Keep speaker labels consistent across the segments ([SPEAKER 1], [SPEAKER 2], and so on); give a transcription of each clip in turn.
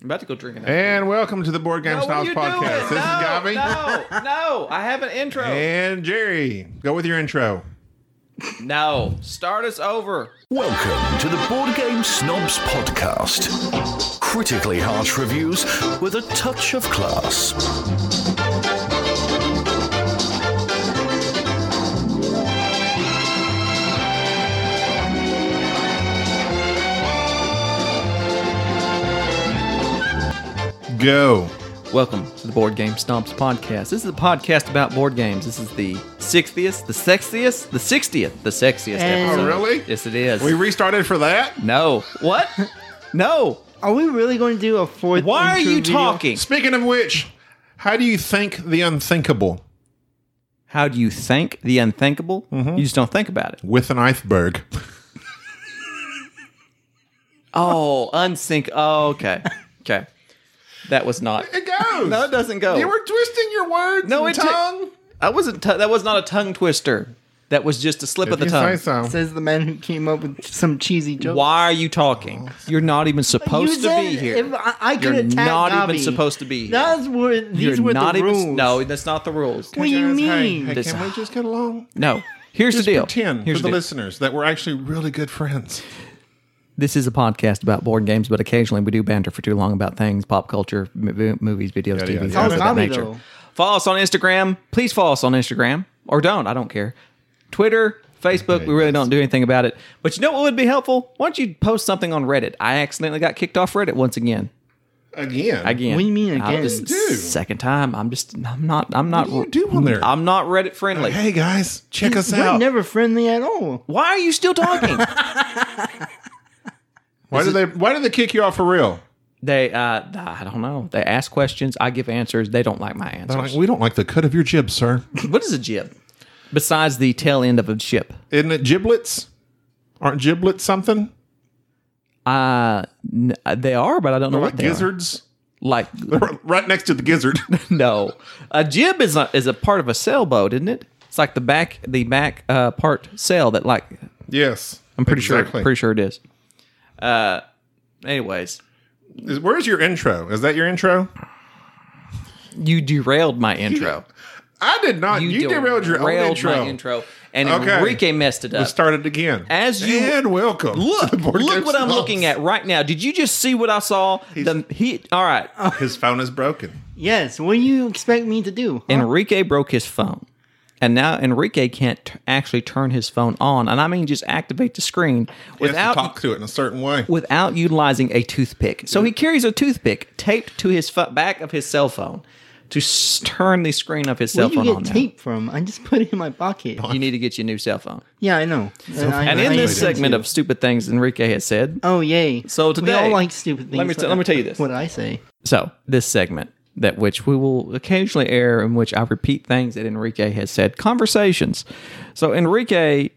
[SPEAKER 1] I'm about to go drink an apple.
[SPEAKER 2] And welcome to the Board Game
[SPEAKER 1] No, what are
[SPEAKER 2] Styles
[SPEAKER 1] you
[SPEAKER 2] podcast.
[SPEAKER 1] doing?
[SPEAKER 2] This
[SPEAKER 1] no,
[SPEAKER 2] is Gabby
[SPEAKER 1] No, no, I have an intro.
[SPEAKER 2] and Jerry. Go with your intro.
[SPEAKER 1] No, start us over.
[SPEAKER 3] Welcome to the Board Game Snobs Podcast. Critically harsh reviews with a touch of class.
[SPEAKER 2] Go.
[SPEAKER 1] Welcome to the Board Game Stomps podcast. This is a podcast about board games. This is the 60th, the sexiest, the 60th, the sexiest episode.
[SPEAKER 2] Oh, really?
[SPEAKER 1] Yes, it is.
[SPEAKER 2] We restarted for that.
[SPEAKER 1] no. What? no.
[SPEAKER 4] Are we really going to do a fourth?
[SPEAKER 1] Why are
[SPEAKER 4] intro
[SPEAKER 1] you
[SPEAKER 4] video?
[SPEAKER 1] talking?
[SPEAKER 2] Speaking of which, how do you think the unthinkable
[SPEAKER 1] How do you think the unthinkable?
[SPEAKER 2] Mm-hmm.
[SPEAKER 1] You just don't think about it.
[SPEAKER 2] with an iceberg?
[SPEAKER 1] Oh, unsync. Oh, okay. Okay. That was not.
[SPEAKER 2] It goes.
[SPEAKER 1] No, it doesn't go.
[SPEAKER 2] You were twisting your words.
[SPEAKER 1] No,
[SPEAKER 2] and
[SPEAKER 1] it ta-
[SPEAKER 2] tongue.
[SPEAKER 1] I wasn't. T- that was not a tongue twister. That was just a slip of the
[SPEAKER 2] you
[SPEAKER 1] tongue.
[SPEAKER 2] say so.
[SPEAKER 4] Says the man who came up with some cheesy joke.
[SPEAKER 1] Why are you talking? You're not even supposed to
[SPEAKER 4] You said
[SPEAKER 1] be here.
[SPEAKER 4] If I, I could
[SPEAKER 1] You're
[SPEAKER 4] attack
[SPEAKER 1] not even
[SPEAKER 4] Dobby.
[SPEAKER 1] supposed to be here.
[SPEAKER 4] That's where these
[SPEAKER 1] You're
[SPEAKER 4] were
[SPEAKER 1] not
[SPEAKER 4] the
[SPEAKER 1] even.
[SPEAKER 4] rules.
[SPEAKER 1] No, that's not the rules.
[SPEAKER 4] What do you
[SPEAKER 2] Guys,
[SPEAKER 4] mean?
[SPEAKER 2] Hey, hey,
[SPEAKER 1] This-
[SPEAKER 2] can we just get along?
[SPEAKER 1] No. Here's
[SPEAKER 2] Just
[SPEAKER 1] the deal.
[SPEAKER 2] pretend
[SPEAKER 1] Here's the
[SPEAKER 2] for the
[SPEAKER 1] deal.
[SPEAKER 2] listeners that we're actually really good friends.
[SPEAKER 1] This is a podcast about board games, but occasionally we do banter for too long about things, pop culture, m- movies, videos,
[SPEAKER 2] Yeah,
[SPEAKER 1] TV,
[SPEAKER 2] yeah.
[SPEAKER 1] things
[SPEAKER 2] Follow
[SPEAKER 1] of that
[SPEAKER 4] Tommy,
[SPEAKER 1] nature.
[SPEAKER 4] though.
[SPEAKER 1] Follow us on Instagram. Please follow us on Instagram or don't. I don't care. Twitter, Facebook. we really don't do anything about it. But you know what would be helpful? Why don't you post something on Reddit? I accidentally got kicked off Reddit once again.
[SPEAKER 2] Again.
[SPEAKER 1] Again.
[SPEAKER 4] What do you mean
[SPEAKER 1] I'm
[SPEAKER 4] again?
[SPEAKER 1] just-
[SPEAKER 2] Dude.
[SPEAKER 1] second time. I'm just. I'm not. I'm not.
[SPEAKER 2] What do you do on there?
[SPEAKER 1] I'm not Reddit friendly.
[SPEAKER 2] Hey guys, check us
[SPEAKER 4] We're
[SPEAKER 2] out.
[SPEAKER 4] never friendly at all.
[SPEAKER 1] Why are you still talking?
[SPEAKER 2] why do they? Why do they kick you off for real?
[SPEAKER 1] they. Uh. I don't know. They ask questions. I give answers. They don't like my answers.
[SPEAKER 2] They're like, we don't like the cut of your jib, sir.
[SPEAKER 1] What is a jib? Besides the tail end of a ship.
[SPEAKER 2] Isn't it giblets? Aren't giblets something?
[SPEAKER 1] Uh, n- they are, but I don't know what
[SPEAKER 2] Like
[SPEAKER 1] they are.
[SPEAKER 2] gizzards?
[SPEAKER 1] Like,
[SPEAKER 2] They're right next to the gizzard.
[SPEAKER 1] no. A jib is a, is a part of a sailboat, isn't it? It's like the back the back uh, part sail that like
[SPEAKER 2] yes.
[SPEAKER 1] I'm pretty sure pretty sure it is. Uh anyways,
[SPEAKER 2] sure. Where's your intro? Is that your intro?
[SPEAKER 1] you derailed my intro.
[SPEAKER 2] I did not. You, derailed your own
[SPEAKER 1] derailed
[SPEAKER 2] intro.
[SPEAKER 1] my intro and
[SPEAKER 2] Okay.
[SPEAKER 1] Enrique messed it
[SPEAKER 2] We
[SPEAKER 1] up.
[SPEAKER 2] started again.
[SPEAKER 1] As you-
[SPEAKER 2] and welcome.
[SPEAKER 1] Look,
[SPEAKER 2] to the Board
[SPEAKER 1] look
[SPEAKER 2] Game
[SPEAKER 1] what I'm
[SPEAKER 2] Snobs.
[SPEAKER 1] looking at right now. Did you just see what I saw? the he All right.
[SPEAKER 4] Uh-huh.
[SPEAKER 2] His phone is broken.
[SPEAKER 4] Yes. What do you expect me to do?
[SPEAKER 1] Enrique broke his phone. And now Enrique can't t- actually turn his phone on, and I mean just activate the screen
[SPEAKER 2] He has to
[SPEAKER 1] without
[SPEAKER 2] talk to it in a certain way.
[SPEAKER 1] without utilizing a toothpick. So he carries a toothpick taped to his fo- back of his cell phone to s- turn the screen of his
[SPEAKER 4] Where
[SPEAKER 1] cell
[SPEAKER 4] do you
[SPEAKER 1] phone
[SPEAKER 4] get
[SPEAKER 1] on. now.
[SPEAKER 4] tape from? I just put it in my pocket.
[SPEAKER 1] You need to get your new cell phone.
[SPEAKER 4] Yeah, I know. And, I-
[SPEAKER 1] And in
[SPEAKER 4] I
[SPEAKER 1] this
[SPEAKER 4] intend
[SPEAKER 1] segment
[SPEAKER 4] to.
[SPEAKER 1] of stupid things Enrique has said,
[SPEAKER 4] Oh yay!
[SPEAKER 1] So
[SPEAKER 4] we
[SPEAKER 1] today-
[SPEAKER 4] all like stupid things.
[SPEAKER 1] Let me t- let me tell you this.
[SPEAKER 4] What I say.
[SPEAKER 1] So this segment that which we will occasionally air in which I repeat things that Enrique has said. Conversations. So Enrique,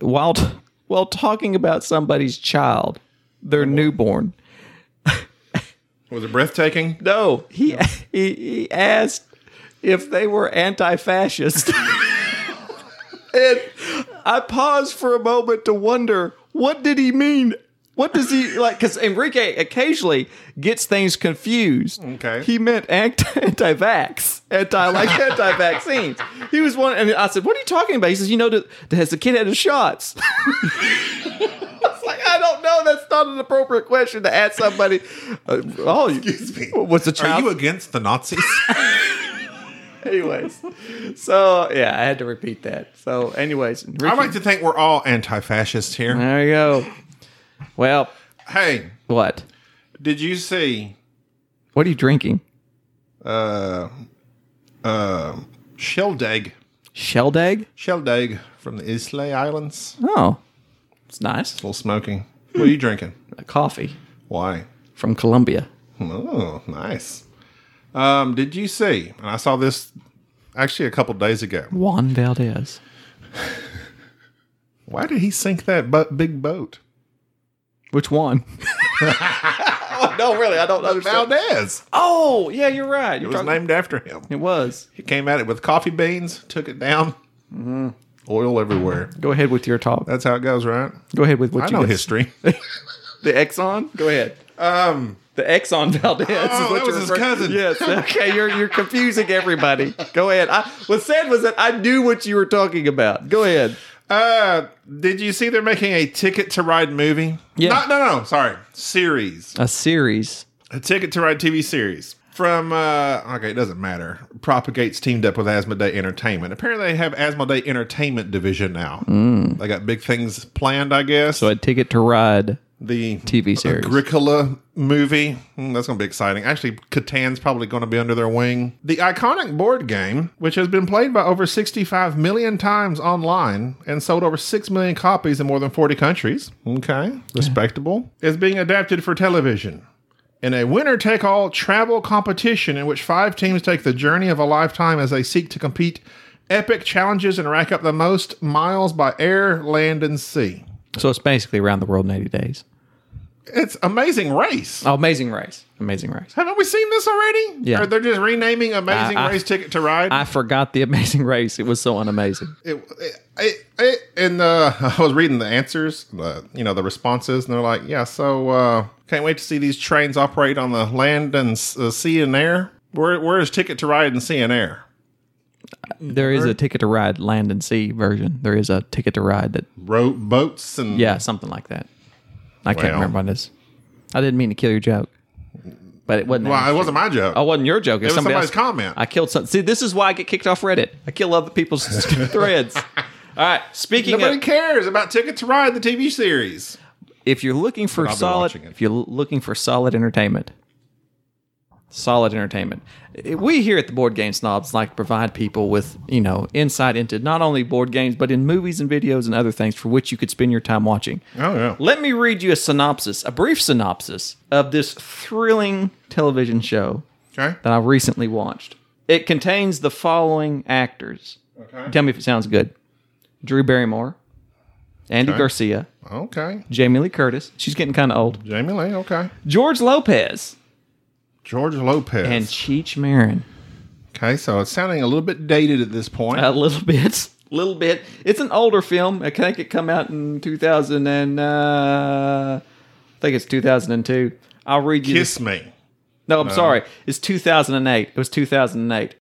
[SPEAKER 1] while t- while talking about somebody's child, their newborn.
[SPEAKER 2] Was it breathtaking?
[SPEAKER 1] No, he, he he asked if they were anti-fascist. and I paused for a moment to wonder what did he mean? What does he like? Because Enrique occasionally gets things confused.
[SPEAKER 2] Okay.
[SPEAKER 1] he meant anti- anti-vax, anti like anti-vaccines. He was one, and I said, "What are you talking about?" He says, "You know, th- has the kid had his shots?" I was like, "I don't know. That's not an appropriate question to ask somebody." Uh, oh, excuse
[SPEAKER 2] me.
[SPEAKER 1] What's the
[SPEAKER 2] Are
[SPEAKER 1] child?
[SPEAKER 2] you against the Nazis?
[SPEAKER 1] anyways, so yeah, I had to repeat that. So, anyways,
[SPEAKER 2] I like to think we're all anti-fascists here.
[SPEAKER 1] there you go. Well,
[SPEAKER 2] Hey,
[SPEAKER 1] what?
[SPEAKER 2] did you see
[SPEAKER 1] What are you drinking?
[SPEAKER 2] uh, uh, Sheldag?
[SPEAKER 1] Shelled egg?
[SPEAKER 2] Sheldag from the Islay Islands. A
[SPEAKER 1] Oh, it's nice.
[SPEAKER 2] little smoking. What are you drinking?
[SPEAKER 1] A coffee
[SPEAKER 2] Why?
[SPEAKER 1] from Colombia.
[SPEAKER 2] Oh, nice. Um, did you see? And I saw this actually a couple days ago.
[SPEAKER 1] Juan Valdez.
[SPEAKER 2] Why did he sink that bu- big boat?
[SPEAKER 1] Which one? no, really, I don't
[SPEAKER 2] Valdez.
[SPEAKER 1] Oh, yeah, you're right. You're
[SPEAKER 2] It was
[SPEAKER 1] talking-
[SPEAKER 2] named after him.
[SPEAKER 1] It was.
[SPEAKER 2] He came at it with coffee beans, took it down. Oil everywhere.
[SPEAKER 1] Go ahead with your talk.
[SPEAKER 2] That's how it goes, right?
[SPEAKER 1] Go ahead with what
[SPEAKER 2] Uh, I
[SPEAKER 1] you
[SPEAKER 2] know
[SPEAKER 1] got.
[SPEAKER 2] history.
[SPEAKER 1] The Exxon. Go ahead.
[SPEAKER 5] The Exxon Valdez.
[SPEAKER 2] Oh,
[SPEAKER 5] is what
[SPEAKER 2] that
[SPEAKER 5] you're
[SPEAKER 2] was his
[SPEAKER 5] referring-
[SPEAKER 2] cousin.
[SPEAKER 5] Yes. Okay, you're you're confusing everybody. Go ahead. I, what's sad was that I knew what you were talking about. Go ahead.
[SPEAKER 2] Uh, did you see they're making a Ticket to Ride movie?
[SPEAKER 5] Yeah.
[SPEAKER 2] Not, no, no, sorry. Series.
[SPEAKER 5] A series.
[SPEAKER 2] A Ticket to Ride TV series. From, uh, okay, it doesn't matter. Propagates teamed up with Asmodee Entertainment. Apparently, they have Asmodee Entertainment division now. They got big things planned, I guess.
[SPEAKER 5] Mm. So a ticket to ride.
[SPEAKER 2] the
[SPEAKER 5] TV series.
[SPEAKER 2] Agricola movie. Mm, that's going to be exciting. Actually, Catan's probably going to be under their wing. The iconic board game, which has been played by over 65 million times online and sold over 6 million copies in more than 40 countries. Okay, respectable. Is being adapted for television. In a winner take all travel competition in which five teams take the journey of a lifetime as they seek to compete epic challenges and rack up the most miles by air, land, and sea.
[SPEAKER 5] So it's basically around the world in 80 days.
[SPEAKER 2] It's amazing race.
[SPEAKER 5] Oh, Amazing Race. Amazing Race.
[SPEAKER 2] Haven't we seen this already?
[SPEAKER 5] Yeah.
[SPEAKER 2] Or they're just renaming Amazing
[SPEAKER 5] I- I-
[SPEAKER 2] Race Ticket to Ride.
[SPEAKER 5] I forgot the Amazing Race. It was so unamazing.
[SPEAKER 2] it, it, it, it- and uh, I was reading the answers, the you know the responses, and they're like, yeah, so uh, can't wait to see these trains operate on the land and s- uh, sea and air. Where where is Ticket to Ride and Sea and Air?
[SPEAKER 5] There is a ticket to ride land and sea version. There is a ticket to ride that,
[SPEAKER 2] Row boats and
[SPEAKER 5] yeah, something like that. I can't
[SPEAKER 2] Well.
[SPEAKER 5] remember what it is. I didn't mean to kill your joke, but it wasn't.
[SPEAKER 2] Well, it wasn't my joke.
[SPEAKER 5] Oh, it wasn't your joke. It
[SPEAKER 2] was
[SPEAKER 5] somebody
[SPEAKER 2] somebody's
[SPEAKER 5] else-
[SPEAKER 2] comment.
[SPEAKER 5] I killed some. See, this is why I get kicked off Reddit. I kill other people's threads. All right. Speaking
[SPEAKER 2] Nobody
[SPEAKER 5] of,
[SPEAKER 2] cares about Ticket to Ride, the TV series.
[SPEAKER 5] if you're looking for
[SPEAKER 2] I'll be
[SPEAKER 5] solid,
[SPEAKER 2] watching it.
[SPEAKER 5] if you're looking for solid entertainment, solid entertainment, eh, we here at the Board Game Snobs like to provide people with you know insight into not only board games but in movies and videos and other things for which you could spend your time watching.
[SPEAKER 2] Oh yeah.
[SPEAKER 5] Let me read you a synopsis, a brief synopsis of this thrilling television show
[SPEAKER 2] Okay.
[SPEAKER 5] that I recently watched. It contains the following actors. Tell me if it sounds good. Drew Barrymore, Andy Garcia,
[SPEAKER 2] Okay.
[SPEAKER 5] Jamie Lee Curtis. She's getting kind of old.
[SPEAKER 2] Jamie Lee. Okay.
[SPEAKER 5] George Lopez
[SPEAKER 2] George Lopez.
[SPEAKER 5] and Cheech Marin.
[SPEAKER 2] okay, so it's sounding a little bit dated at this point.
[SPEAKER 5] A little bit, little bit. It's an older film. I think it come out in 2000 and uh, I think it's 2002. I'll read you.
[SPEAKER 2] Kiss me.
[SPEAKER 5] no, I'm sorry. It's 2008. It was 2008.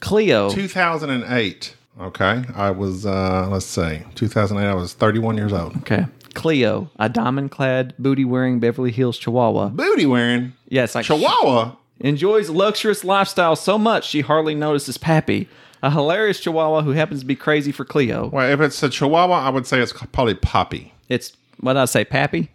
[SPEAKER 5] Cleo.
[SPEAKER 2] 2008. Okay. I was, uh, let's say, 2008, I was 31 years old.
[SPEAKER 5] okay. Cleo, a diamond-clad, booty-wearing Beverly Hills Chihuahua.
[SPEAKER 2] Booty wearing.
[SPEAKER 5] Yes, like
[SPEAKER 2] Chihuahua.
[SPEAKER 5] enjoys luxurious lifestyle so much she hardly notices Pappy, a hilarious Chihuahua who happens to be crazy for Cleo.
[SPEAKER 2] Well, if it's a Chihuahua, I would say it's probably Poppy.
[SPEAKER 5] It's what did I say, Pappy?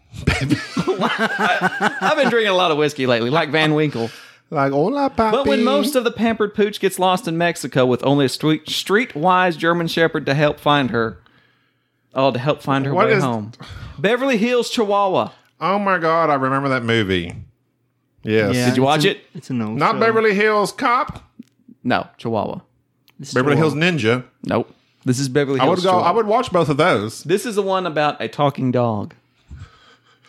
[SPEAKER 5] I, have been drinking a lot of whiskey lately, like Van Winkle.
[SPEAKER 2] Like, hola, Poppy.
[SPEAKER 5] But when most of the pampered pooch gets lost in Mexico with only a street street-wise German shepherd to help find her, oh, to help find her
[SPEAKER 2] What
[SPEAKER 5] way
[SPEAKER 2] is-
[SPEAKER 5] home, Beverly Hills Chihuahua.
[SPEAKER 2] Oh my God, I remember that movie. Yes.
[SPEAKER 5] Did you
[SPEAKER 4] it's
[SPEAKER 5] watch
[SPEAKER 4] an-
[SPEAKER 5] it?
[SPEAKER 4] It's an old
[SPEAKER 2] Not
[SPEAKER 4] show.
[SPEAKER 2] Beverly Hills Cop,
[SPEAKER 5] No, Chihuahua.
[SPEAKER 4] It's
[SPEAKER 2] Beverly
[SPEAKER 4] old.
[SPEAKER 2] Hills Ninja.
[SPEAKER 5] Nope. This is Beverly
[SPEAKER 2] I
[SPEAKER 5] Hills.
[SPEAKER 2] would go,
[SPEAKER 5] Chihuahua.
[SPEAKER 2] I would watch both of those.
[SPEAKER 5] This is the one about a talking dog.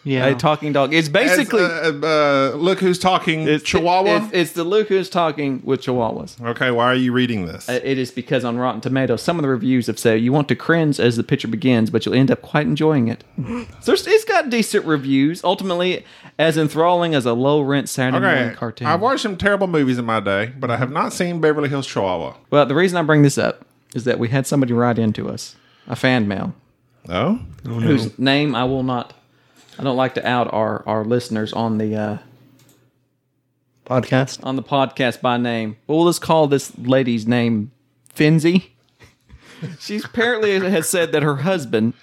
[SPEAKER 4] Yeah.
[SPEAKER 5] A talking dog. It's basically
[SPEAKER 2] As, uh, uh, look who's talking
[SPEAKER 5] It's
[SPEAKER 2] Chihuahua.
[SPEAKER 5] It's, it's the Luke who's talking with Chihuahuas.
[SPEAKER 2] okay, why are you reading this?
[SPEAKER 5] Uh, It is because on Rotten Tomatoes, some of the reviews have said you want to cringe as the picture begins, but you'll end up quite enjoying it. so it's, it's got decent reviews. Ultimately, as enthralling as a low rent Saturday morning
[SPEAKER 2] okay.
[SPEAKER 5] cartoon.
[SPEAKER 2] I've watched some terrible movies in my day, but I have not seen Beverly Hills Chihuahua.
[SPEAKER 5] well, the reason I bring this up is that we had somebody write into us, a fan mail,
[SPEAKER 2] Oh?
[SPEAKER 5] whose name I will not. I don't like to out our our listeners on the uh,
[SPEAKER 4] podcast.
[SPEAKER 5] on the podcast by name. But we'll just call this lady's name Finzi. She's apparently has said that her husband,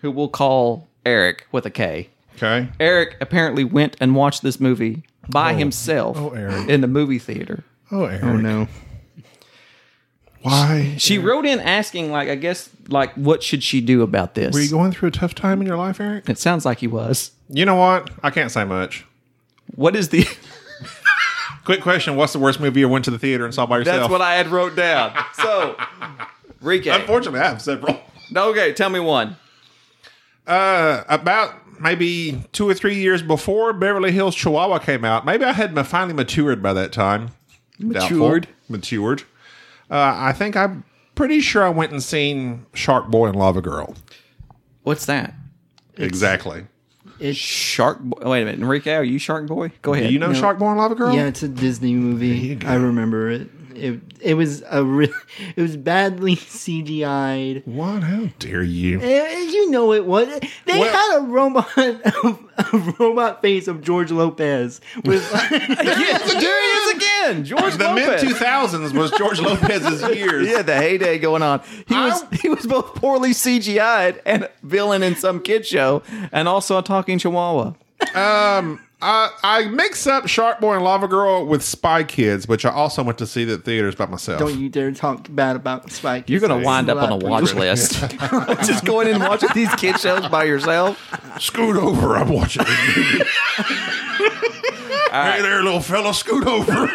[SPEAKER 5] who we'll call Eric with a K,
[SPEAKER 2] Okay.
[SPEAKER 5] Eric apparently went and watched this movie
[SPEAKER 2] Oh.
[SPEAKER 5] by himself
[SPEAKER 2] Eric.
[SPEAKER 5] in the movie theater.
[SPEAKER 2] Oh, Eric.
[SPEAKER 4] Oh no.
[SPEAKER 2] Why
[SPEAKER 5] She wrote in asking, like, I guess, like, what should she do about this?
[SPEAKER 2] were you going through a tough time in your life, Eric?
[SPEAKER 5] it sounds like he was.
[SPEAKER 2] You know what? I can't say much.
[SPEAKER 5] What is the?
[SPEAKER 2] Quick question: What's the worst movie you went to the theater and saw by yourself?
[SPEAKER 5] That's what I had wrote down. So, recap.
[SPEAKER 2] Unfortunately, I have several.
[SPEAKER 5] Okay, tell me one.
[SPEAKER 2] Uh, about maybe two or three years before Beverly Hills Chihuahua came out, maybe I had ma- finally matured by that time. Doubtful.
[SPEAKER 5] Matured?
[SPEAKER 2] matured. Uh, I think I'm pretty sure I went and seen Shark Boy and Lava Girl.
[SPEAKER 5] What's that?
[SPEAKER 2] exactly.
[SPEAKER 4] It's
[SPEAKER 5] Shark Boy. Wait a minute, Enrique, are you Shark Boy? Go
[SPEAKER 2] Do
[SPEAKER 5] ahead.
[SPEAKER 2] you know
[SPEAKER 4] No.
[SPEAKER 2] Shark Boy and Lava Girl?
[SPEAKER 4] yeah, it's a Disney movie. I remember it. It it was a re- it was badly CGI'd.
[SPEAKER 2] What? How dare you?
[SPEAKER 4] Eh, You know it was. They
[SPEAKER 2] Well-
[SPEAKER 4] had a robot, a, robot face of George Lopez with
[SPEAKER 5] Yes, there he is again, George
[SPEAKER 2] The mid
[SPEAKER 5] Lopez.
[SPEAKER 2] two thousands was George Lopez's years.
[SPEAKER 5] yeah, the heyday going on. He was
[SPEAKER 2] I'm-
[SPEAKER 5] he was both poorly CGI'd and a villain in some kid show, and also a talking chihuahua.
[SPEAKER 2] I, Uh, I mix up Shark Boy and Lava Girl with Spy Kids, which I also went to see at theaters by myself.
[SPEAKER 4] Don't you dare talk bad about Spike.
[SPEAKER 5] You're gonna wind up on a
[SPEAKER 4] Slap
[SPEAKER 5] watch
[SPEAKER 4] you.
[SPEAKER 5] list. Just going in and watching these kid shows by yourself.
[SPEAKER 2] Scoot over. I'm watching this movie. Hey there, little fella. Scoot over.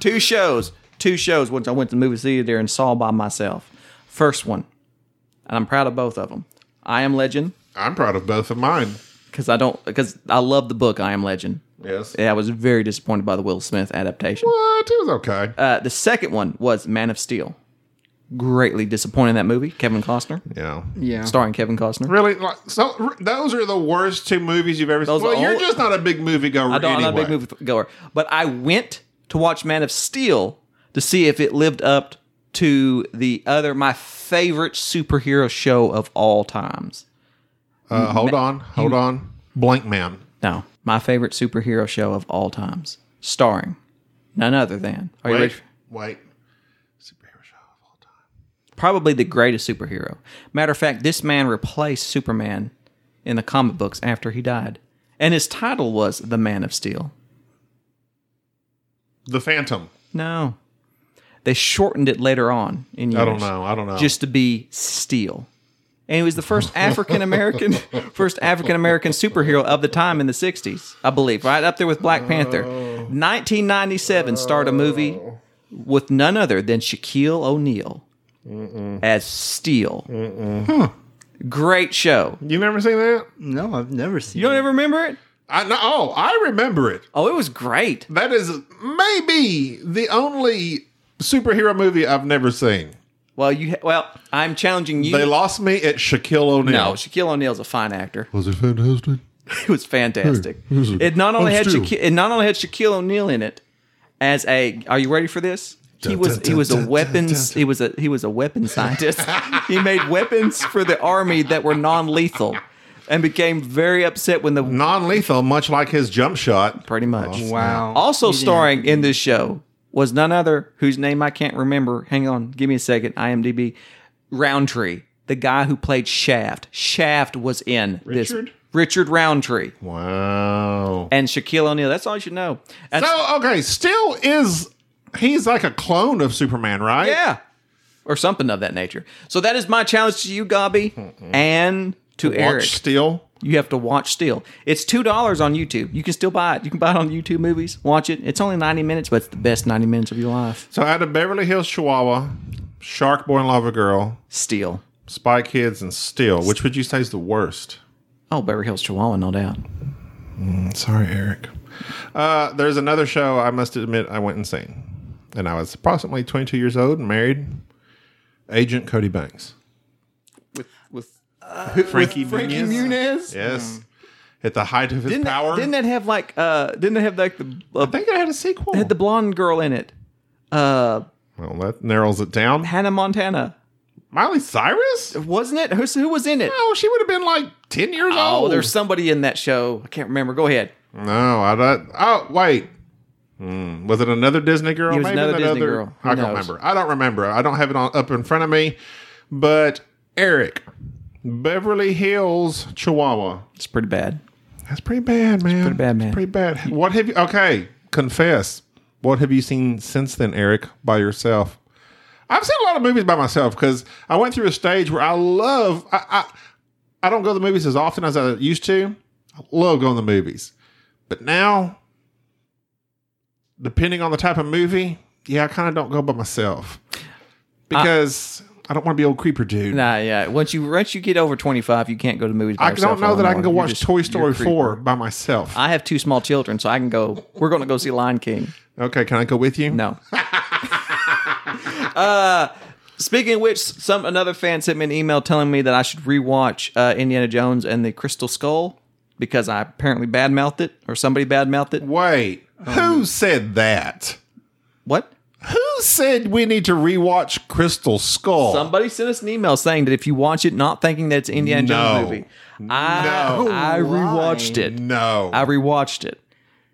[SPEAKER 5] Two shows, two shows. Once I went to the movie theater and saw by myself. First one, and I'm proud of both of them. I Am Legend
[SPEAKER 2] I'm proud of both of mine.
[SPEAKER 5] because I don't because I love the book I Am Legend.
[SPEAKER 2] Yes.
[SPEAKER 5] Yeah, I was very disappointed by the Will Smith adaptation.
[SPEAKER 2] But it was okay.
[SPEAKER 5] Uh, the second one was Man of Steel. Greatly disappointed in that movie. Kevin Costner,
[SPEAKER 2] yeah.
[SPEAKER 4] Yeah.
[SPEAKER 5] Mm-hmm. starring Kevin Costner.
[SPEAKER 2] Really, like, so r- those are the worst two movies you've ever seen.
[SPEAKER 5] Those
[SPEAKER 2] Well,
[SPEAKER 5] are
[SPEAKER 2] you're
[SPEAKER 5] all-
[SPEAKER 2] just not a big movie goer.
[SPEAKER 5] I don't,
[SPEAKER 2] anyway.
[SPEAKER 5] I'm not a big movie goer, but I went to watch Man of Steel to see if it lived up to the other my favorite superhero show of all times.
[SPEAKER 2] Uh, hold on, hold on. Blank Man.
[SPEAKER 5] No, my favorite superhero show of all times, starring none other than. Are you ready?
[SPEAKER 2] Wait,
[SPEAKER 5] for-
[SPEAKER 2] wait. Superhero show of all time.
[SPEAKER 5] probably the greatest superhero. Matter of fact, this man replaced Superman in the comic books after he died, and his title was The Man of Steel.
[SPEAKER 2] The Phantom.
[SPEAKER 5] No, they shortened it later on in years.
[SPEAKER 2] I don't know. I don't know.
[SPEAKER 5] Just to be Steel. And he was the first African American, first African American superhero of the time in the '60s, I believe, right up there with Black Panther. 1997 starred a movie with none other than Shaquille O'Neal as Steel. Hmm. Great show.
[SPEAKER 2] you never seen that?
[SPEAKER 4] No, I've never seen.
[SPEAKER 5] You don't
[SPEAKER 4] it.
[SPEAKER 5] ever remember it?
[SPEAKER 2] I no. Oh, I remember it.
[SPEAKER 5] Oh, it was great.
[SPEAKER 2] That is maybe the only superhero movie I've never seen.
[SPEAKER 5] Well, you ha- well, I'm challenging you.
[SPEAKER 2] They lost me at Shaquille O'Neal.
[SPEAKER 5] no, Shaquille O'Neal's a fine actor.
[SPEAKER 2] Was it fantastic?
[SPEAKER 5] It was fantastic.
[SPEAKER 2] Hey, this is-
[SPEAKER 5] it not only
[SPEAKER 2] I'm
[SPEAKER 5] had
[SPEAKER 2] Steel.
[SPEAKER 5] Shaqu- it not only had Shaquille O'Neal in it as a. Are you ready for this? He
[SPEAKER 2] Dun,
[SPEAKER 5] was
[SPEAKER 2] dun,
[SPEAKER 5] he was
[SPEAKER 2] dun,
[SPEAKER 5] a
[SPEAKER 2] dun,
[SPEAKER 5] weapons
[SPEAKER 2] dun, dun.
[SPEAKER 5] he was a he was a weapon scientist. he made weapons for the army that were non lethal, and became very upset when the
[SPEAKER 2] Non-lethal, much like his jump shot.
[SPEAKER 5] pretty much
[SPEAKER 2] Oh,
[SPEAKER 4] Wow.
[SPEAKER 5] also
[SPEAKER 4] You didn't-
[SPEAKER 5] starring in this show was none other whose name I can't remember. Hang on, give me a second. IMDb Roundtree, the guy who played Shaft. Shaft was in
[SPEAKER 2] Richard?
[SPEAKER 5] this. Richard Roundtree
[SPEAKER 2] Wow.
[SPEAKER 5] and Shaquille O'Neal. That's all you should know. And
[SPEAKER 2] So okay, still is he's like a clone of Superman, right?
[SPEAKER 5] yeah, or something of that nature. So that is my challenge to you, Gobby, and to Eric.
[SPEAKER 2] Watch Steel.
[SPEAKER 5] You have to watch Steel. It's two dollars on YouTube. You can still buy it. You can buy it on YouTube movies. Watch it. It's only ninety minutes, but it's the best ninety minutes of your life.
[SPEAKER 2] So out of Beverly Hills Chihuahua, Shark Boy and Lava Girl,
[SPEAKER 5] Steel.
[SPEAKER 2] Spy Kids, and Steel, which would you say is the worst?
[SPEAKER 5] Oh, Beverly Hills Chihuahua, no doubt.
[SPEAKER 2] Sorry, Eric. Uh, there's another show I must admit I went and seen. And I was approximately 22 years old and married Agent Cody Banks. Uh,
[SPEAKER 5] With with
[SPEAKER 2] Frankie, Muniz.
[SPEAKER 5] Muniz. Mm.
[SPEAKER 2] Yes. At the height of his
[SPEAKER 5] Didn't,
[SPEAKER 2] power.
[SPEAKER 5] didn't it have like uh didn't it have like the uh,
[SPEAKER 2] I think it had a sequel.
[SPEAKER 5] had the blonde girl in it? Uh
[SPEAKER 2] well, that narrows it down.
[SPEAKER 5] Hannah Montana.
[SPEAKER 2] Miley Cyrus?
[SPEAKER 5] Wasn't it? Who's, who was in it?
[SPEAKER 2] No, she would have been like 10 years
[SPEAKER 5] Oh,
[SPEAKER 2] old.
[SPEAKER 5] there's somebody in that show. I can't remember. Go ahead.
[SPEAKER 2] No, I don't. Oh, wait. Hmm, was it another Disney girl?
[SPEAKER 5] It was another
[SPEAKER 2] that
[SPEAKER 5] Disney girl. Who
[SPEAKER 2] I don't
[SPEAKER 5] knows?
[SPEAKER 2] remember. I don't remember. I don't have it on, up in front of me. But Eric, Beverly Hills Chihuahua.
[SPEAKER 5] It's pretty bad.
[SPEAKER 2] That's pretty bad, man.
[SPEAKER 5] pretty bad, man.
[SPEAKER 2] pretty bad. What have you? Okay, confess. What have you seen since then, Eric? By yourself? I've seen a lot of movies by myself because I went through a stage where I love. I, I I don't go to the movies as often as I used to. I love going to the movies, but now, depending on the type of movie, yeah, I kind of don't go by myself because I don't want to be old creeper dude.
[SPEAKER 5] Nah, yeah. Once you once you get over 25, you can't go to movies. By
[SPEAKER 2] I
[SPEAKER 5] yourself
[SPEAKER 2] don't know that I can go
[SPEAKER 5] anymore. You're
[SPEAKER 2] watch
[SPEAKER 5] just-
[SPEAKER 2] Toy
[SPEAKER 5] you're
[SPEAKER 2] Story
[SPEAKER 5] a creep.
[SPEAKER 2] 4 by myself.
[SPEAKER 5] I have two small children, so I can go. We're going to go see Lion King.
[SPEAKER 2] okay, can I go with you?
[SPEAKER 5] No. uh, Speaking of which, some another fan sent me an email telling me that I should rewatch uh, Indiana Jones and the Crystal Skull because I apparently badmouthed it or somebody badmouthed it.
[SPEAKER 2] Wait,
[SPEAKER 5] Um,
[SPEAKER 2] who said that?
[SPEAKER 5] What?
[SPEAKER 2] Who said we need to rewatch Crystal Skull?
[SPEAKER 5] Somebody sent us an email saying that if you watch it not thinking that it's an Indiana
[SPEAKER 2] No.
[SPEAKER 5] Jones movie, I
[SPEAKER 2] No.
[SPEAKER 5] I rewatched it.
[SPEAKER 2] no,
[SPEAKER 5] I rewatched it.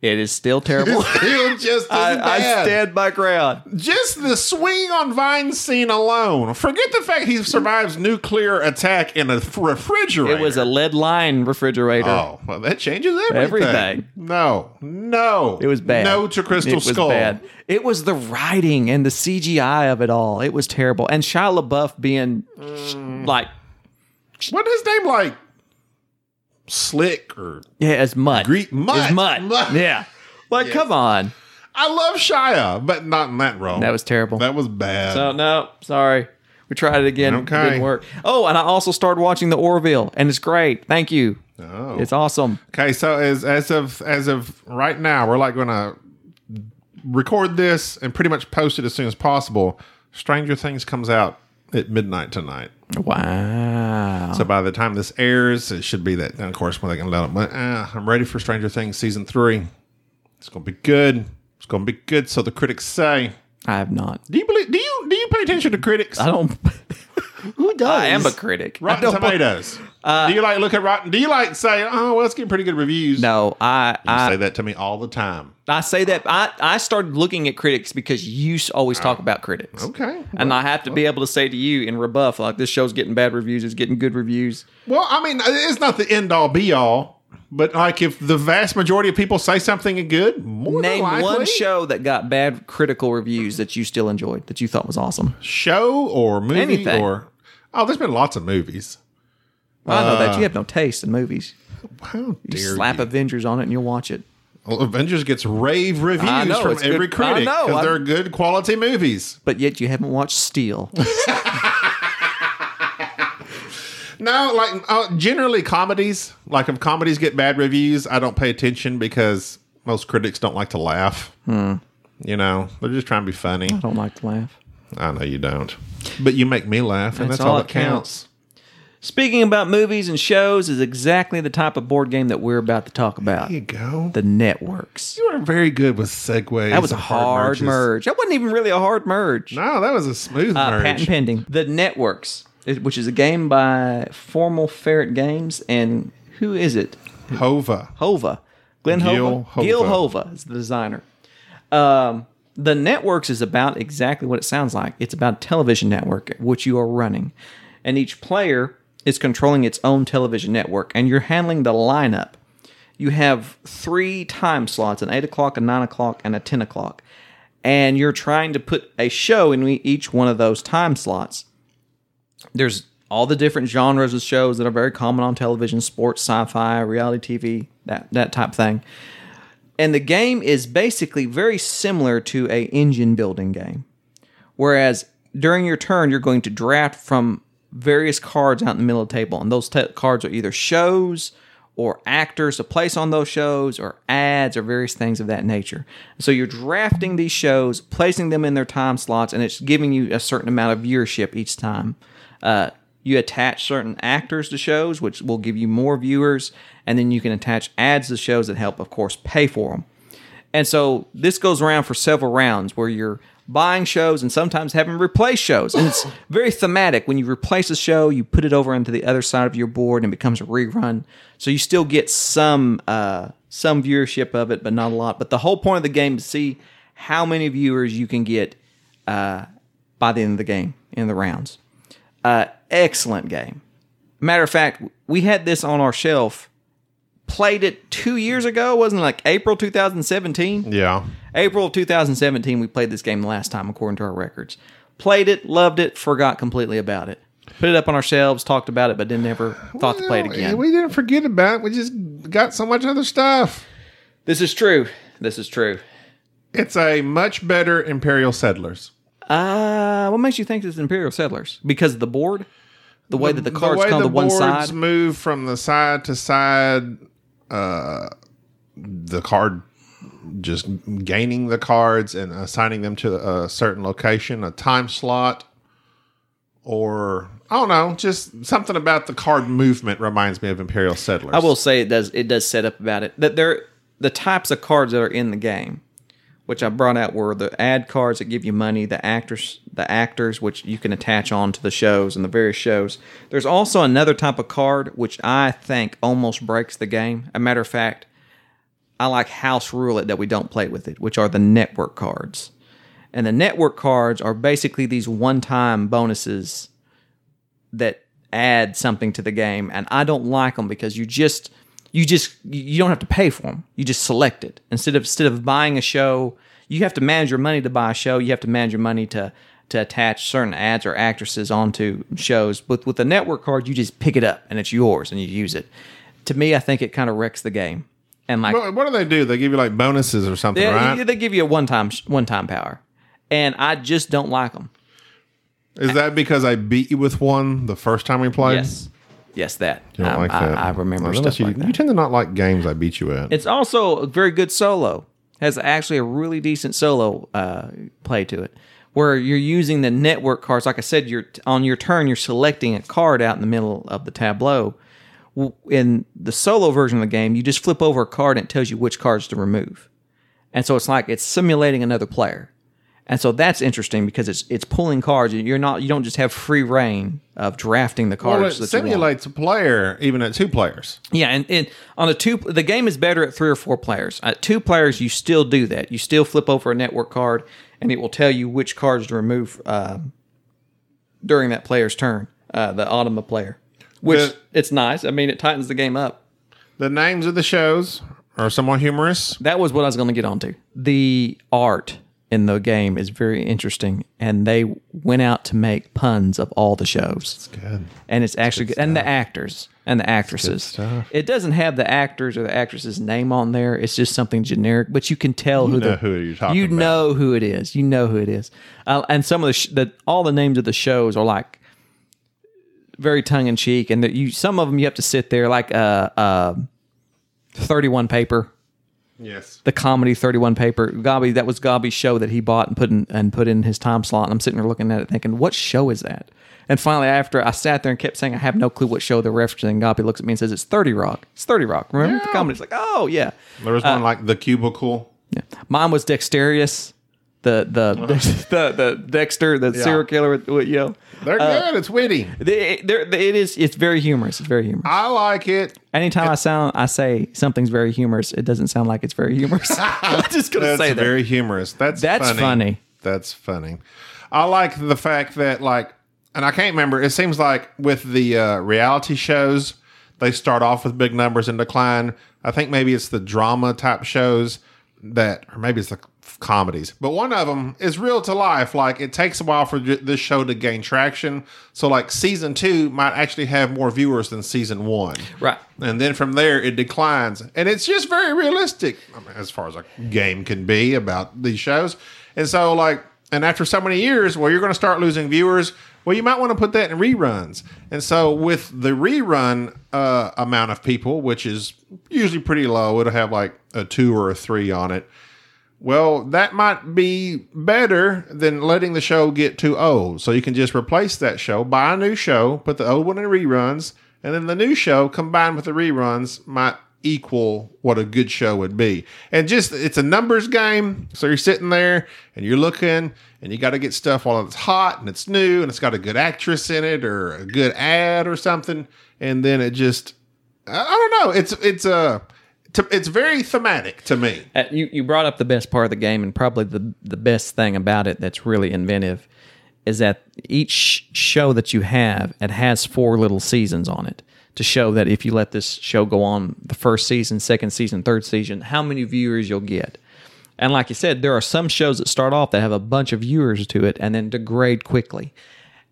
[SPEAKER 5] It is still terrible.
[SPEAKER 2] Still just as
[SPEAKER 5] I, I
[SPEAKER 2] bad.
[SPEAKER 5] stand my ground.
[SPEAKER 2] Just the swing on Vine scene alone. Forget the fact he survives nuclear attack in a f- refrigerator.
[SPEAKER 5] It was a lead line refrigerator.
[SPEAKER 2] Oh, well, that changes everything.
[SPEAKER 5] Everything.
[SPEAKER 2] No, no.
[SPEAKER 5] It was bad.
[SPEAKER 2] No to Crystal
[SPEAKER 5] it was
[SPEAKER 2] Skull.
[SPEAKER 5] Bad. It was the writing and the CGI of it all. It was terrible. And Shia LaBeouf being sh-
[SPEAKER 2] Mm.
[SPEAKER 5] like,
[SPEAKER 2] What his name like? Slick or
[SPEAKER 5] yeah, as mud.
[SPEAKER 2] Greek mud.
[SPEAKER 5] As mud.
[SPEAKER 2] Mud.
[SPEAKER 5] Yeah. Like, come on.
[SPEAKER 2] I love Shia, but not in that role.
[SPEAKER 5] That was terrible.
[SPEAKER 2] That was bad.
[SPEAKER 5] So no, sorry. We tried it again.
[SPEAKER 2] Okay.
[SPEAKER 5] It didn't work. Oh, and I also started watching the Orville, and it's great. Thank you.
[SPEAKER 2] Oh.
[SPEAKER 5] It's awesome.
[SPEAKER 2] Okay, so as as of as of right now, we're like going to record this and pretty much post it as soon as possible. Stranger Things comes out at midnight tonight.
[SPEAKER 5] Wow.
[SPEAKER 2] So by the time this airs, it should be that. And of course, when they can let it, but, uh, I'm ready for Stranger Things season three. It's going to be good. It's going to be good. So the critics say.
[SPEAKER 5] I have not.
[SPEAKER 2] Do you believe? Do you do you pay attention to critics?
[SPEAKER 5] I don't.
[SPEAKER 4] Who does?
[SPEAKER 5] I am a critic. I
[SPEAKER 2] Rotten
[SPEAKER 5] don't-
[SPEAKER 2] Tomatoes.
[SPEAKER 5] Uh,
[SPEAKER 2] do you like look at Rotten? Do you like say, oh, well, it's getting pretty good reviews?
[SPEAKER 5] No, I
[SPEAKER 2] You
[SPEAKER 5] I,
[SPEAKER 2] say that to me all the time.
[SPEAKER 5] I say that I I started looking at critics because you s- always talk about critics.
[SPEAKER 2] Oh. Okay.
[SPEAKER 5] And I have to be able to say to you in rebuff, like this show's getting bad reviews, it's getting good reviews.
[SPEAKER 2] Well, I mean, it's not the end all be all, but like if the vast majority of people say something good, more
[SPEAKER 5] Name
[SPEAKER 2] than likely,
[SPEAKER 5] one show that got bad critical reviews that you still enjoyed that you thought was awesome.
[SPEAKER 2] show or movie
[SPEAKER 5] Anything.
[SPEAKER 2] or oh, there's been lots of movies.
[SPEAKER 5] I know that you have no taste in movies.
[SPEAKER 2] How
[SPEAKER 5] You
[SPEAKER 2] Uh, dare
[SPEAKER 5] slap
[SPEAKER 2] you?
[SPEAKER 5] Avengers on it and you'll watch it.
[SPEAKER 2] Well, Avengers gets rave reviews
[SPEAKER 5] know,
[SPEAKER 2] from
[SPEAKER 5] it's good-
[SPEAKER 2] every
[SPEAKER 5] I
[SPEAKER 2] critic
[SPEAKER 5] know,
[SPEAKER 2] because
[SPEAKER 5] I'm-
[SPEAKER 2] they're good quality movies.
[SPEAKER 5] But yet you haven't watched Steel.
[SPEAKER 2] No, like uh, generally comedies. Like if comedies get bad reviews, I don't pay attention because most critics don't like to laugh.
[SPEAKER 5] Hmm.
[SPEAKER 2] You know, they're just trying to be funny.
[SPEAKER 5] I don't like to laugh.
[SPEAKER 2] I know you don't, but you make me laugh, and that's, all, that counts.
[SPEAKER 5] Speaking about movies and shows is exactly the type of board game that we're about to talk about.
[SPEAKER 2] There you go.
[SPEAKER 5] The networks.
[SPEAKER 2] you are very good with segues.
[SPEAKER 5] That was a
[SPEAKER 2] and
[SPEAKER 5] hard
[SPEAKER 2] merges.
[SPEAKER 5] merge. That wasn't even really a hard merge.
[SPEAKER 2] No, that was a smooth
[SPEAKER 5] Uh,
[SPEAKER 2] merge.
[SPEAKER 5] patent pending. The Networks, it- which is a game by Formal Ferret Games, and who is it?
[SPEAKER 2] Hova.
[SPEAKER 5] Hova. Glenn
[SPEAKER 2] Gil
[SPEAKER 5] Hova. Gil
[SPEAKER 2] Hova.
[SPEAKER 5] Hova is the designer. Um, the Networks is about exactly what it sounds like. It's about a television network, which you are running. And each player is controlling its own television network, and you're handling the lineup. You have three time slots an 8 o'clock, a 9 o'clock, and a 10 o'clock. And you're trying to put a show in each one of those time slots there's all the different genres of shows that are very common on television sports sci-fi reality tv that that type thing and the game is basically very similar to a engine building game whereas during your turn you're going to draft from various cards out in the middle of the table and those t- cards are either shows or actors to place on those shows or ads or various things of that nature so you're drafting these shows placing them in their time slots and it's giving you a certain amount of viewership each time uh, you attach certain actors to shows which will give you more viewers and then you can attach ads to shows that help of course pay for them and so this goes around for several rounds where you're buying shows and sometimes having to replace shows. And it's very thematic. When you replace a show, you put it over into the other side of your board and it becomes a rerun. So you still get some uh, some viewership of it, but not a lot. But the whole point of the game is to see how many viewers you can get uh, by the end of the game in the rounds. Uh, excellent game. Matter of fact, we had this on our shelf. Played it two years ago, wasn't it like April 2017?
[SPEAKER 2] Yeah.
[SPEAKER 5] April of 2017, we played this game the last time, according to our records. Played it, loved it, forgot completely about it. Put it up on our shelves, talked about it, but then never thought to play it
[SPEAKER 2] Well,
[SPEAKER 5] again.
[SPEAKER 2] We didn't forget about it. We just got so much other stuff.
[SPEAKER 5] this is true. This is true.
[SPEAKER 2] It's a much better Imperial Settlers.
[SPEAKER 5] Uh, what makes you think this is Imperial Settlers? Because of the board? The way that the cards come to one
[SPEAKER 2] boards
[SPEAKER 5] side?
[SPEAKER 2] move from the side to side, uh, the card just gaining the cards and assigning them to a certain location, a time slot. or I don't know, just something about the card movement reminds me of Imperial Settlers.
[SPEAKER 5] I will say it does it does set up about it that there the types of cards that are in the game, which I brought out were the ad cards that give you money, the actors the actors which you can attach on to the shows and the various shows. There's also another type of card which I think almost breaks the game. A matter of fact, I like house rule it that we don't play with it, which are the network cards. And the network cards are basically these one-time bonuses that add something to the game and i don't like them because you just you just you don't have to pay for them you just select it instead of instead of buying a show you have to manage your money to buy a show you have to manage your money to to attach certain ads or actresses onto shows but with a network card you just pick it up and it's yours and you use it to me i think it kind of wrecks the game and like
[SPEAKER 2] What, what do they do? They give you like bonuses or something,
[SPEAKER 5] they,
[SPEAKER 2] right?
[SPEAKER 5] they give you a one time one time power and i just don't like them
[SPEAKER 2] Is that because I beat you with one the first time we played?
[SPEAKER 5] yes yes that
[SPEAKER 2] You don't
[SPEAKER 5] I,
[SPEAKER 2] like
[SPEAKER 5] I-
[SPEAKER 2] that.
[SPEAKER 5] I remember
[SPEAKER 2] Well,
[SPEAKER 5] stuff
[SPEAKER 2] unless you,
[SPEAKER 5] like that.
[SPEAKER 2] you tend to not like games I beat you at.
[SPEAKER 5] It's also a very good solo. Has actually a really decent solo uh, play to it, where you're using the network cards. Like I said, you're on your turn, you're selecting a card out in the middle of the tableau. W- In the solo version of the game, you just flip over a card and it tells you which cards to remove, and so it's like it's simulating another player, and so that's interesting because it's it's pulling cards. and You're not you don't just have free reign of drafting the cards.
[SPEAKER 2] well, it
[SPEAKER 5] that you want.
[SPEAKER 2] simulates a player even at two players.
[SPEAKER 5] Yeah, and, and on a two, the game is better at three or four players. At two players, you still do that. You still flip over a network card, and it will tell you which cards to remove uh, during that player's turn, uh, the Automa player. Which
[SPEAKER 2] The-
[SPEAKER 5] it's nice. I mean, it tightens the game up.
[SPEAKER 2] The names of the shows are somewhat humorous.
[SPEAKER 5] That was what I was going to get onto. The art in the game is very interesting, and they went out to make puns of all the shows.
[SPEAKER 2] Good.
[SPEAKER 5] and it's actually good. And the actors and the actresses. It doesn't have the actors or the actress's name on there. It's just something generic, but you can tell who
[SPEAKER 2] know
[SPEAKER 5] the
[SPEAKER 2] who you're talking
[SPEAKER 5] you
[SPEAKER 2] about.
[SPEAKER 5] know who it is. You know who it is. Uh, and some of the, sh- the all the names of the shows are like very tongue in cheek, and that you some of them you have to sit there like uh, uh, thirty one paper
[SPEAKER 2] Yes.
[SPEAKER 5] the comedy 31 paper gobby that was gobby's show that he bought and put in and put in his time slot and i'm sitting there looking at it thinking what show is that and finally after i sat there and kept saying i have no clue what show they're referencing gobby looks at me and says it's 30 rock it's 30 rock remember the comedy it's like oh yeah
[SPEAKER 2] There was one like the cubicle.
[SPEAKER 5] yeah. mine was dexterious the the
[SPEAKER 2] Uh-huh.
[SPEAKER 5] the, the dexter the serial killer with, with yo
[SPEAKER 2] They're
[SPEAKER 5] uh,
[SPEAKER 2] good. It's witty.
[SPEAKER 5] They- they're- it is it's very humorous it's very humorous
[SPEAKER 2] I like it.
[SPEAKER 5] anytime i sound i say something's very humorous it doesn't sound like it's very humorous i'm just gonna
[SPEAKER 2] That's
[SPEAKER 5] say that
[SPEAKER 2] very humorous. That's
[SPEAKER 5] That's funny.
[SPEAKER 2] That's funny. I like the fact that like, and I can't remember. It seems like with the uh, reality shows, they start off with big numbers and decline. I think maybe it's the drama type shows that, or maybe it's the comedies. But one of them is real to life. Like it takes a while for j- this show to gain traction. So like season two might actually have more viewers than season one.
[SPEAKER 5] right
[SPEAKER 2] And then from there, it declines. And it's just very realistic I mean, as far as a game can be about these shows. And so, like, and after so many years, well, you're going to start losing viewers. Well, you might want to put that in reruns. And so, with the rerun uh, amount of people, which is usually pretty low, it'll have like a two or a three on it. Well, that might be better than letting the show get too old. So you can just replace that show, buy a new show, put the old one in reruns, and then the new show combined with the reruns might equal what a good show would be. And just it's a numbers game. So you're sitting there and you're looking and you got to get stuff while it's hot and it's new and it's got a good actress in it or a good ad or something. And then it just I, I don't know. It's it's uh, to, it's very thematic to me.
[SPEAKER 5] Uh, you, you brought up the best part of the game, and probably the, the best thing about it that's really inventive is that each sh- show that you have, it has four little seasons on it to show that if you let this show go on the first season, second season, third season, how many viewers you'll get. And like you said, there are some shows that start off that have a bunch of viewers to it and then degrade quickly.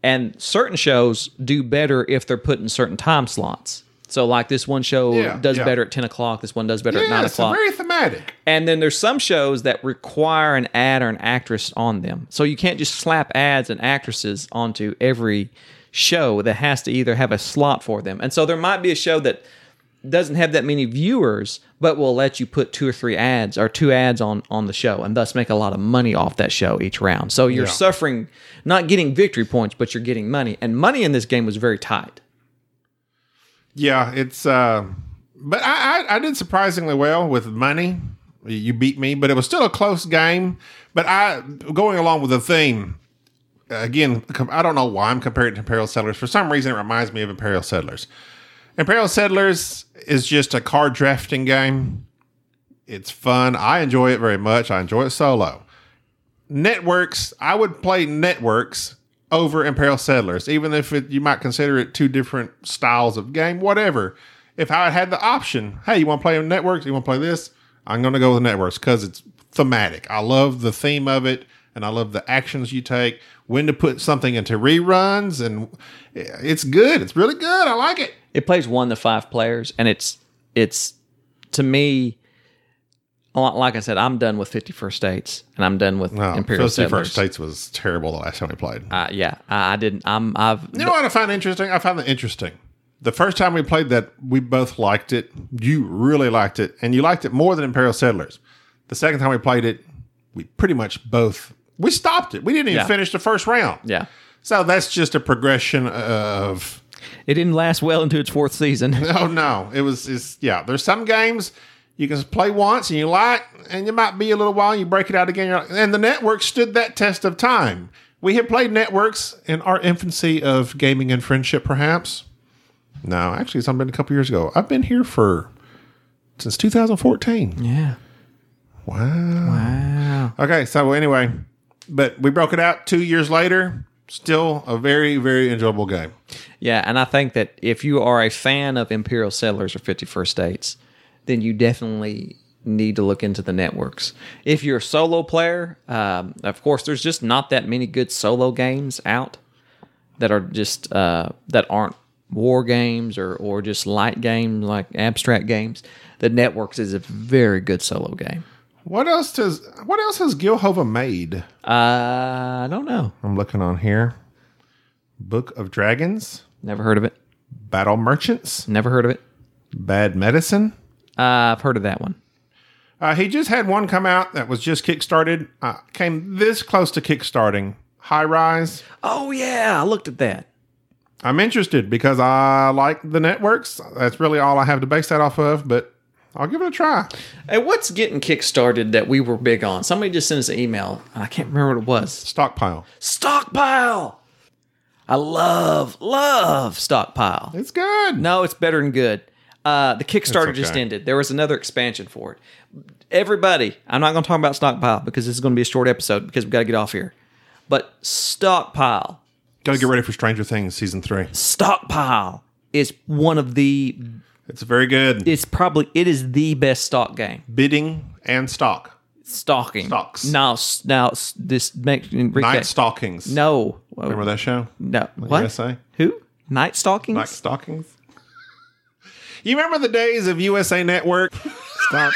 [SPEAKER 5] And certain shows do better if they're put in certain time slots. So, like this one show
[SPEAKER 2] Yeah,
[SPEAKER 5] does
[SPEAKER 2] yeah.
[SPEAKER 5] better at 10 o'clock, this one does better at 9
[SPEAKER 2] Yes,
[SPEAKER 5] o'clock.
[SPEAKER 2] very thematic.
[SPEAKER 5] And then there's some shows that require an ad or an actress on them. So you can't just slap ads and actresses onto every show that has to either have a slot for them. And so there might be a show that doesn't have that many viewers, but will let you put two or three ads or two ads on on the show, and thus make a lot of money off that show each round. So you're suffering, not getting victory points, but you're getting money, and money in this game was very tight.
[SPEAKER 2] Yeah, it's. Uh, but I, I I did surprisingly well with money. You beat me, but it was still a close game. But I going along with the theme again. com- I don't know why I'm comparing it to Imperial Settlers. For some reason, it reminds me of Imperial Settlers. Imperial Settlers is just a card drafting game. It's fun. I enjoy it very much. I enjoy it solo. Networks, I would play Networks over Imperial Settlers, even if it, you might consider it two different styles of game, whatever. If I had the option, hey, you want to play Networks? You want to play this? I'm going to go with Networks because it's thematic. I love the theme of it and I love the actions you take, when to put something into reruns, and it's good. It's really good. I like it.
[SPEAKER 5] it plays one to five players and it's it's to me a lot- like i said i'm done with 51st states and i'm done with
[SPEAKER 2] Oh,
[SPEAKER 5] imperial
[SPEAKER 2] Fifty
[SPEAKER 5] settlers
[SPEAKER 2] First States was terrible the last time we played.
[SPEAKER 5] Uh, yeah I, I didn't i'm i've
[SPEAKER 2] You know what I find interesting? I find that interesting. The first time we played that, we both liked it. You really liked it, and you liked it more than Imperial Settlers. The second time we played it, we pretty much both we stopped it. We didn't even
[SPEAKER 5] Yeah.
[SPEAKER 2] finish the first round.
[SPEAKER 5] yeah
[SPEAKER 2] So that's just a progression of
[SPEAKER 5] it didn't last well into its fourth season
[SPEAKER 2] oh no, it was it's yeah. There's some games you can play once and you like, and you might be a little while, and you break it out again. You're like, and the network stood that test of time. We had played networks in our infancy of gaming and friendship, perhaps. No, actually, it's been a couple years ago. I've been here for since 2014.
[SPEAKER 5] yeah
[SPEAKER 2] Wow.
[SPEAKER 5] wow
[SPEAKER 2] Okay, so anyway, but we broke it out two years later. Still a very, very enjoyable game.
[SPEAKER 5] yeah and i think that if you are a fan of imperial settlers or 51st states then you definitely need to look into the networks if you're a solo player um, of course there's just not that many good solo games out that are just uh, that aren't war games or or just light games like abstract games. The Networks is a very good solo game.
[SPEAKER 2] What else does what else has Gilhova made?
[SPEAKER 5] Uh, I don't know.
[SPEAKER 2] I'm looking on here. Book of Dragons,
[SPEAKER 5] Never heard of it.
[SPEAKER 2] Battle Merchants,
[SPEAKER 5] Never heard of it.
[SPEAKER 2] Bad Medicine.
[SPEAKER 5] Uh, I've heard of that one.
[SPEAKER 2] Uh, he just had one come out that was just kickstarted. Uh, came this close to kickstarting. High Rise.
[SPEAKER 5] Oh yeah, I looked at that.
[SPEAKER 2] I'm interested because I like the networks. That's really all I have to base that off of, but I'll give it a try.
[SPEAKER 5] Hey, what's getting kickstarted that we were big on? Somebody just sent us an email. and I can't remember what it was.
[SPEAKER 2] Stockpile.
[SPEAKER 5] Stockpile. I love love stockpile.
[SPEAKER 2] It's good.
[SPEAKER 5] No, it's better than good. Uh, the Kickstarter
[SPEAKER 2] It's okay.
[SPEAKER 5] just ended. There was another expansion for it. Everybody, I'm not going to talk about Stockpile because this is going to be a short episode because we've got to get off here. But Stockpile,
[SPEAKER 2] Gotta get ready for Stranger Things season three.
[SPEAKER 5] Stockpile is one of the,
[SPEAKER 2] It's very good.
[SPEAKER 5] it's probably, it is the best stock game.
[SPEAKER 2] Bidding and stock.
[SPEAKER 5] Stalking.
[SPEAKER 2] Stocks.
[SPEAKER 5] Now, s- now, s- this makes me.
[SPEAKER 2] Night stalkings.
[SPEAKER 5] No.
[SPEAKER 2] Remember that show?
[SPEAKER 5] No. What?
[SPEAKER 2] USA?
[SPEAKER 5] Who? Night Stalkings?
[SPEAKER 2] Like stockings. You remember the days of USA Network?
[SPEAKER 4] Stop.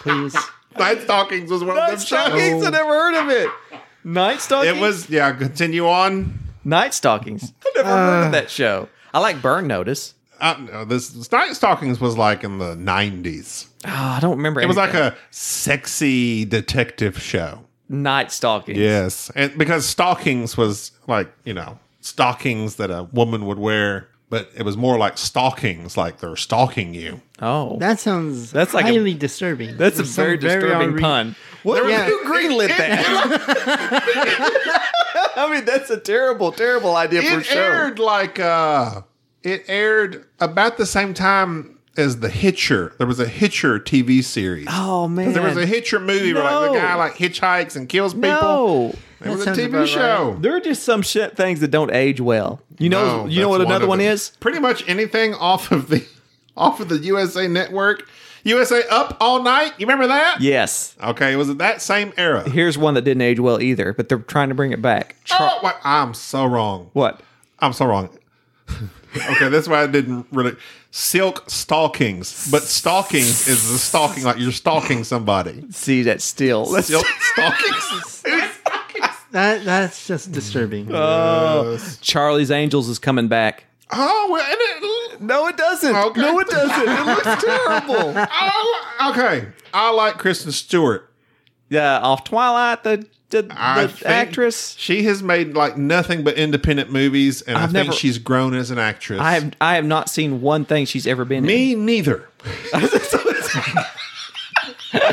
[SPEAKER 4] Please.
[SPEAKER 2] Night Stockings was one of them
[SPEAKER 5] Night Stalkings?
[SPEAKER 2] shows.
[SPEAKER 5] I never heard of it. Night Stalkings?
[SPEAKER 2] It was yeah. Continue on.
[SPEAKER 5] Night Stalkings. I never heard of that show. I like Burn Notice.
[SPEAKER 2] Uh, no, this, this Night Stockings was like in the nineties.
[SPEAKER 5] Oh, I don't remember.
[SPEAKER 2] It was like a sexy detective show.
[SPEAKER 5] Night Stalkings.
[SPEAKER 2] Yes, and because stockings was like you know stockings that a woman would wear, but it was more like stockings, like they're stalking you.
[SPEAKER 5] Oh,
[SPEAKER 4] That sounds
[SPEAKER 5] That's like a-
[SPEAKER 4] highly disturbing.
[SPEAKER 5] that's a
[SPEAKER 4] For some
[SPEAKER 5] very disturbing
[SPEAKER 4] unre-
[SPEAKER 5] pun.
[SPEAKER 2] There was-
[SPEAKER 4] yeah.
[SPEAKER 5] Who greenlit that? I mean, that's a terrible, terrible idea for
[SPEAKER 2] it
[SPEAKER 5] sure.
[SPEAKER 2] aired like uh it aired about the same time as the hitcher there was a hitcher tv series
[SPEAKER 5] Oh man,
[SPEAKER 2] there was a hitcher movie where like the
[SPEAKER 5] No.
[SPEAKER 2] guy like hitchhikes and kills people
[SPEAKER 5] no.
[SPEAKER 2] it was a
[SPEAKER 4] sounds
[SPEAKER 2] tv
[SPEAKER 4] about
[SPEAKER 2] show
[SPEAKER 5] There are just some shit things that don't age well. You know,
[SPEAKER 2] No,
[SPEAKER 5] you know
[SPEAKER 2] that's
[SPEAKER 5] what another
[SPEAKER 2] of
[SPEAKER 5] one
[SPEAKER 2] them.
[SPEAKER 5] is?
[SPEAKER 2] pretty much anything off of the off of the usa network usa up all night you remember that
[SPEAKER 5] Yes.
[SPEAKER 2] okay it was that same era
[SPEAKER 5] Here's one that didn't age well either, but they're trying to bring it back.
[SPEAKER 2] oh, what? i'm so wrong
[SPEAKER 5] What?
[SPEAKER 2] I'm so wrong. okay, that's why I didn't really silk stockings, but stockings is the stalking like you're stalking somebody.
[SPEAKER 5] See that still? That's
[SPEAKER 2] Silk stockings.
[SPEAKER 4] That that's
[SPEAKER 5] Uh,
[SPEAKER 4] just disturbing.
[SPEAKER 5] Charlie's Angels is coming back.
[SPEAKER 2] oh well, and it,
[SPEAKER 5] No, it doesn't.
[SPEAKER 2] Okay.
[SPEAKER 5] No, it doesn't. It looks terrible.
[SPEAKER 2] I, okay, I like Kristen Stewart.
[SPEAKER 5] Yeah, off Twilight, the the,
[SPEAKER 2] I
[SPEAKER 5] the
[SPEAKER 2] think
[SPEAKER 5] actress.
[SPEAKER 2] She has made like nothing but independent movies, and i
[SPEAKER 5] I've
[SPEAKER 2] think
[SPEAKER 5] never-
[SPEAKER 2] she's grown as an actress.
[SPEAKER 5] I have I have not seen one thing she's ever been in.
[SPEAKER 2] me neither.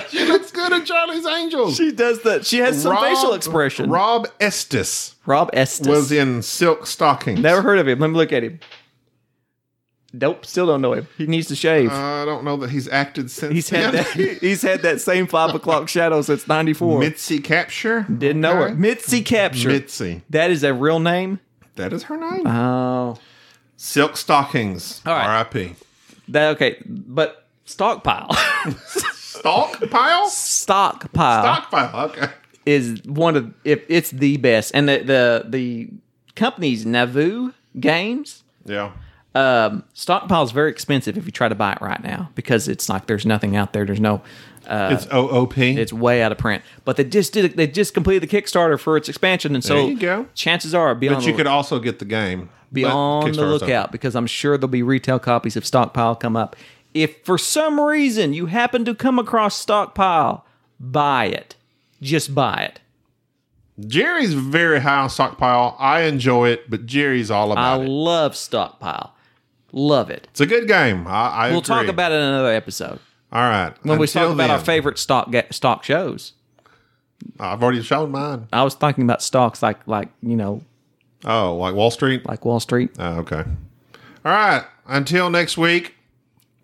[SPEAKER 2] she looks good in Charlie's Angels.
[SPEAKER 5] She does that. She has some facial expression. Rob,
[SPEAKER 2] Rob Estes
[SPEAKER 5] Estes.
[SPEAKER 2] was in Silk Stockings.
[SPEAKER 5] Never heard of him. Let me look at him. Nope, still don't know him. He needs to shave.
[SPEAKER 2] I don't know that he's acted since.
[SPEAKER 5] he's had
[SPEAKER 2] then.
[SPEAKER 5] that. He's had that same five o'clock shadow since '94.
[SPEAKER 2] Mitzi Capture.
[SPEAKER 5] Didn't know
[SPEAKER 2] Okay.
[SPEAKER 5] her. Mitzi Capture.
[SPEAKER 2] Mitzi.
[SPEAKER 5] that is a real name.
[SPEAKER 2] That is her name.
[SPEAKER 5] Oh,
[SPEAKER 2] Silk Stockings.
[SPEAKER 5] All right.
[SPEAKER 2] R.I.P.
[SPEAKER 5] that okay. But stockpile,
[SPEAKER 2] Stockpile.
[SPEAKER 5] stockpile
[SPEAKER 2] Stockpile. Okay.
[SPEAKER 5] is one of if it's the best, and the the the company's Navu Games.
[SPEAKER 2] Yeah.
[SPEAKER 5] Um, stockpile is very expensive if you try to buy it right now because it's like there's nothing out there. There's no
[SPEAKER 2] it's OOP.
[SPEAKER 5] Uh, It's way out of print. But they just did. They just completed the Kickstarter for its expansion, and so
[SPEAKER 2] There you go.
[SPEAKER 5] chances are, be on
[SPEAKER 2] but
[SPEAKER 5] the,
[SPEAKER 2] you could also get the game.
[SPEAKER 5] be
[SPEAKER 2] But
[SPEAKER 5] on the
[SPEAKER 2] Kickstarter's
[SPEAKER 5] lookout because I'm sure there'll be retail copies if Stockpile come up. If for some reason you happen to come across Stockpile, buy it. Just buy it.
[SPEAKER 2] open. Jerry's very high on stockpile. I enjoy it, but Jerry's all
[SPEAKER 5] I
[SPEAKER 2] about it.
[SPEAKER 5] love Stockpile. Love it.
[SPEAKER 2] It's a good game. I, I
[SPEAKER 5] We'll
[SPEAKER 2] agree.
[SPEAKER 5] talk about it in another episode
[SPEAKER 2] All right.
[SPEAKER 5] when we
[SPEAKER 2] Until
[SPEAKER 5] talk about our
[SPEAKER 2] then,
[SPEAKER 5] favorite stock ga- stock shows.
[SPEAKER 2] I've already shown mine.
[SPEAKER 5] I was thinking about stocks like like you know
[SPEAKER 2] Oh, like Wall Street.
[SPEAKER 5] like Wall Street.
[SPEAKER 2] Oh, okay. All right. Until next week,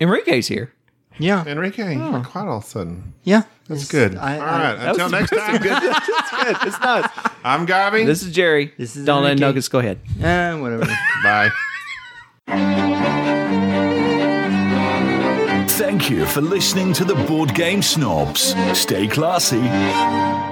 [SPEAKER 5] Enrique's here.
[SPEAKER 4] Yeah.
[SPEAKER 2] Enrique.
[SPEAKER 5] Oh.
[SPEAKER 2] you're Quite all of a sudden.
[SPEAKER 4] Yeah.
[SPEAKER 2] That's good.
[SPEAKER 4] I-
[SPEAKER 2] all
[SPEAKER 4] I-
[SPEAKER 2] right. Until next time.
[SPEAKER 5] it's good. It's nice.
[SPEAKER 2] I'm Gavi.
[SPEAKER 5] This is Jerry.
[SPEAKER 4] This is
[SPEAKER 5] Don't let
[SPEAKER 4] Enrique.
[SPEAKER 5] Nuggets go ahead.
[SPEAKER 4] Eh, whatever.
[SPEAKER 2] Bye.
[SPEAKER 3] Thank you for listening to the Board Game Snobs. Stay classy.